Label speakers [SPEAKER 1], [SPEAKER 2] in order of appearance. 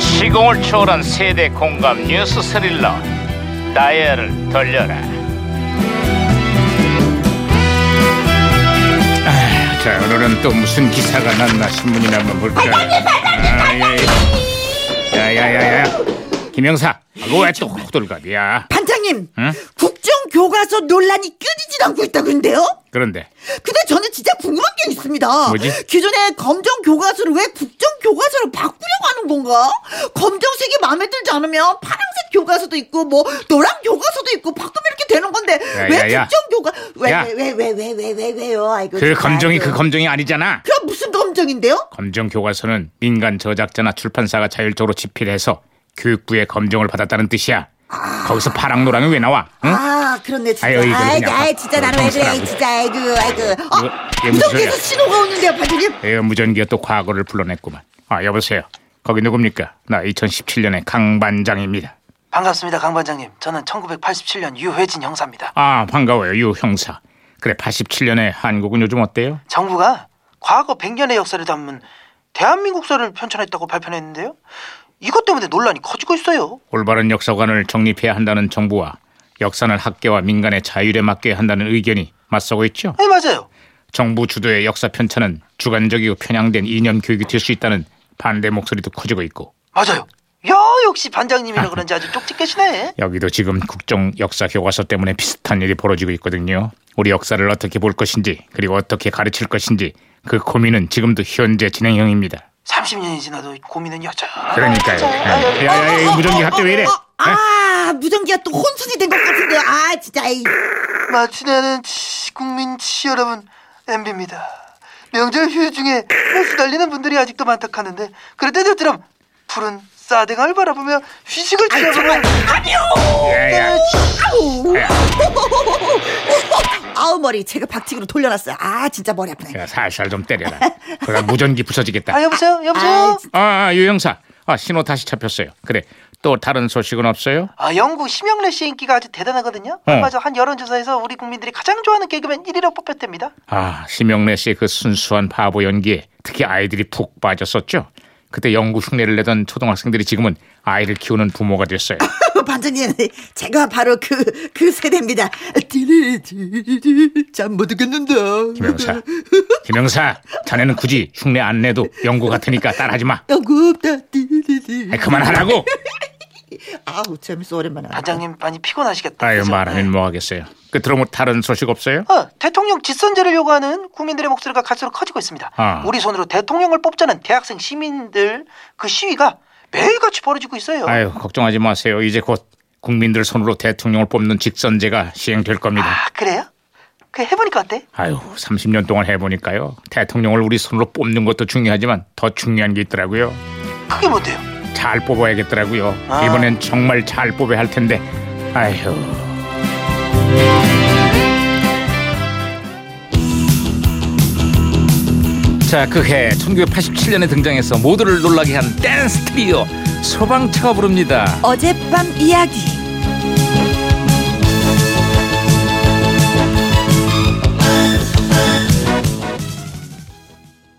[SPEAKER 1] 시공을 초월한 세대 공감 뉴스 스릴러 다이얼을 돌려라 아, 자 오늘은 또 무슨 기사가 났나 신문이나 한번 볼까 예. 야야야야 김영사 그거 왜또 호들갑이야
[SPEAKER 2] 반장님,
[SPEAKER 1] 응?
[SPEAKER 2] 국정교과서 논란이 끊이질 않고 있다는데요?
[SPEAKER 1] 그런데
[SPEAKER 2] 근데 저는 진짜 궁금한 게 있습니다.
[SPEAKER 1] 뭐지?
[SPEAKER 2] 기존의 검정교과서를 왜 국정교과서로 바꾸려고 하는 건가? 검정색이 마음에 들지 않으면 파란색 교과서도 있고 뭐 노란 교과서도 있고 바꾸면 이렇게 되는 건데
[SPEAKER 1] 야, 야,
[SPEAKER 2] 왜
[SPEAKER 1] 야.
[SPEAKER 2] 국정교과
[SPEAKER 1] 야.
[SPEAKER 2] 왜왜왜왜왜 왜 왜요? 아이고
[SPEAKER 1] 그
[SPEAKER 2] 진짜,
[SPEAKER 1] 검정이 그
[SPEAKER 2] 아이고.
[SPEAKER 1] 검정이 아니잖아
[SPEAKER 2] 그럼 무슨 검정인데요?
[SPEAKER 1] 검정 교과서는 민간 저작자나 출판사가 자율적으로 집필해서 교육부의 검정을 받았다는 뜻이야 거기서 파랑 노랑이 왜 나와 응?
[SPEAKER 2] 아 그렇네 진짜
[SPEAKER 1] 아유, 이거
[SPEAKER 2] 아이,
[SPEAKER 1] 그냥
[SPEAKER 2] 아이 진짜
[SPEAKER 1] 아빠.
[SPEAKER 2] 나는 왜 그래
[SPEAKER 1] 정신하고.
[SPEAKER 2] 진짜 아이고
[SPEAKER 1] 이거-
[SPEAKER 2] 아이고 어?
[SPEAKER 1] 이게 무슨
[SPEAKER 2] 무전기에서
[SPEAKER 1] 소리야?
[SPEAKER 2] 신호가 오는데요 반장님
[SPEAKER 1] 에어 무전기가 또 과거를 불러냈구만. 아 여보세요. 거기 누굽니까? 나 2017년의 강 반장입니다.
[SPEAKER 3] 반갑습니다, 강 반장님. 저는 1987년 유회진 형사입니다.
[SPEAKER 1] 아 반가워요 유 형사. 그래 87년의 한국은 요즘 어때요?
[SPEAKER 3] 정부가 과거 100년의 역사를 담은 대한민국사를 편찬했다고 발표했는데요. 이것 때문에 논란이 커지고 있어요.
[SPEAKER 1] 올바른 역사관을 정립해야 한다는 정부와 역사는 학계와 민간의 자율에 맡겨야 한다는 의견이 맞서고 있죠.
[SPEAKER 3] 네, 맞아요.
[SPEAKER 1] 정부 주도의 역사 편찬은 주관적이고 편향된 이념 교육이 될 수 있다는 반대 목소리도 커지고 있고
[SPEAKER 3] 맞아요. 야, 역시 반장님이라 그런지 아주 쪽집게시네.
[SPEAKER 1] 여기도 지금 국정 역사 교과서 때문에 비슷한 일이 벌어지고 있거든요. 우리 역사를 어떻게 볼 것인지 그리고 어떻게 가르칠 것인지 그 고민은 지금도 현재 진행형입니다.
[SPEAKER 3] 30년이 지나도 고민은 여전하죠.
[SPEAKER 1] 그러니까요. 네.
[SPEAKER 3] 아유, 아유.
[SPEAKER 1] 야야야 무전기 갑자기 왜 이래?
[SPEAKER 2] 어, 아, 무전기가 또 혼선이 된 것 같은데요. 아, 진짜. 이
[SPEAKER 3] 마치내는 치- 국민 치 여러분 MB입니다. 명절 휴일 중에 호수 달리는 분들이 아직도 많다 하는데 그런데 저처럼 푸른 싸댕을 바라보며 휴식을 취하보면
[SPEAKER 1] 야야
[SPEAKER 2] 아우. 아우, 머리. 제가 박치기로 돌려놨어요. 아, 진짜 머리 아프네.
[SPEAKER 1] 야, 그러니까 살살 좀 때려라. 그러다 무전기 부서지겠다.
[SPEAKER 3] 아 여보세요
[SPEAKER 2] 아,
[SPEAKER 3] 여보세요
[SPEAKER 2] 진짜.
[SPEAKER 1] 아 유영사 아 신호 다시 잡혔어요. 그래 또 다른 소식은 없어요?
[SPEAKER 3] 아 영국 심영래 씨 인기가 아주 대단하거든요
[SPEAKER 1] 어.
[SPEAKER 3] 맞아 한 여론조사에서 우리 국민들이 가장 좋아하는 개그맨 1위로 뽑혔답니다
[SPEAKER 1] 아, 심영래 씨의 그 순수한 바보 연기에 특히 아이들이 푹 빠졌었죠. 그때 영구 흉내를 내던 초등학생들이 지금은 아이를 키우는 부모가 됐어요.
[SPEAKER 2] 반장님, 제가 바로 그, 그 세대입니다. 디리, 디리, 잠 못겠는다
[SPEAKER 1] 김영사, 김영사, 자네는 굳이 흉내 안 내도 영구 같으니까 따라하지 마.
[SPEAKER 2] 영구없다, 디리디.
[SPEAKER 1] 아이, 그만하라고.
[SPEAKER 2] 아우, 재밌어, 오랜만에.
[SPEAKER 3] 반장님 많이 피곤하시겠다
[SPEAKER 1] 아유
[SPEAKER 3] 그죠?
[SPEAKER 1] 말하면 뭐하겠어요. 끝으로 뭐 다른 소식 없어요?
[SPEAKER 3] 어, 대통령 직선제를 요구하는 국민들의 목소리가 갈수록 커지고 있습니다.
[SPEAKER 1] 아.
[SPEAKER 3] 우리 손으로 대통령을 뽑자는 대학생 시민들 그 시위가 매일같이 벌어지고 있어요.
[SPEAKER 1] 아유 걱정하지 마세요. 이제 곧 국민들 손으로 대통령을 뽑는 직선제가 시행될 겁니다.
[SPEAKER 3] 아, 그래요? 그 해보니까 어때?
[SPEAKER 1] 아유 30년 동안 해보니까요. 대통령을 우리 손으로 뽑는 것도 중요하지만 더 중요한 게 있더라고요.
[SPEAKER 3] 그게 뭔데요?
[SPEAKER 1] 잘 뽑아야겠더라고요.
[SPEAKER 3] 아.
[SPEAKER 1] 이번엔 정말 잘 뽑아야 할 텐데. 아휴. 자, 그해 1987년에 등장해서 모두를 놀라게 한 댄스 트리오 소방차가 부릅니다.
[SPEAKER 2] 어젯밤 이야기.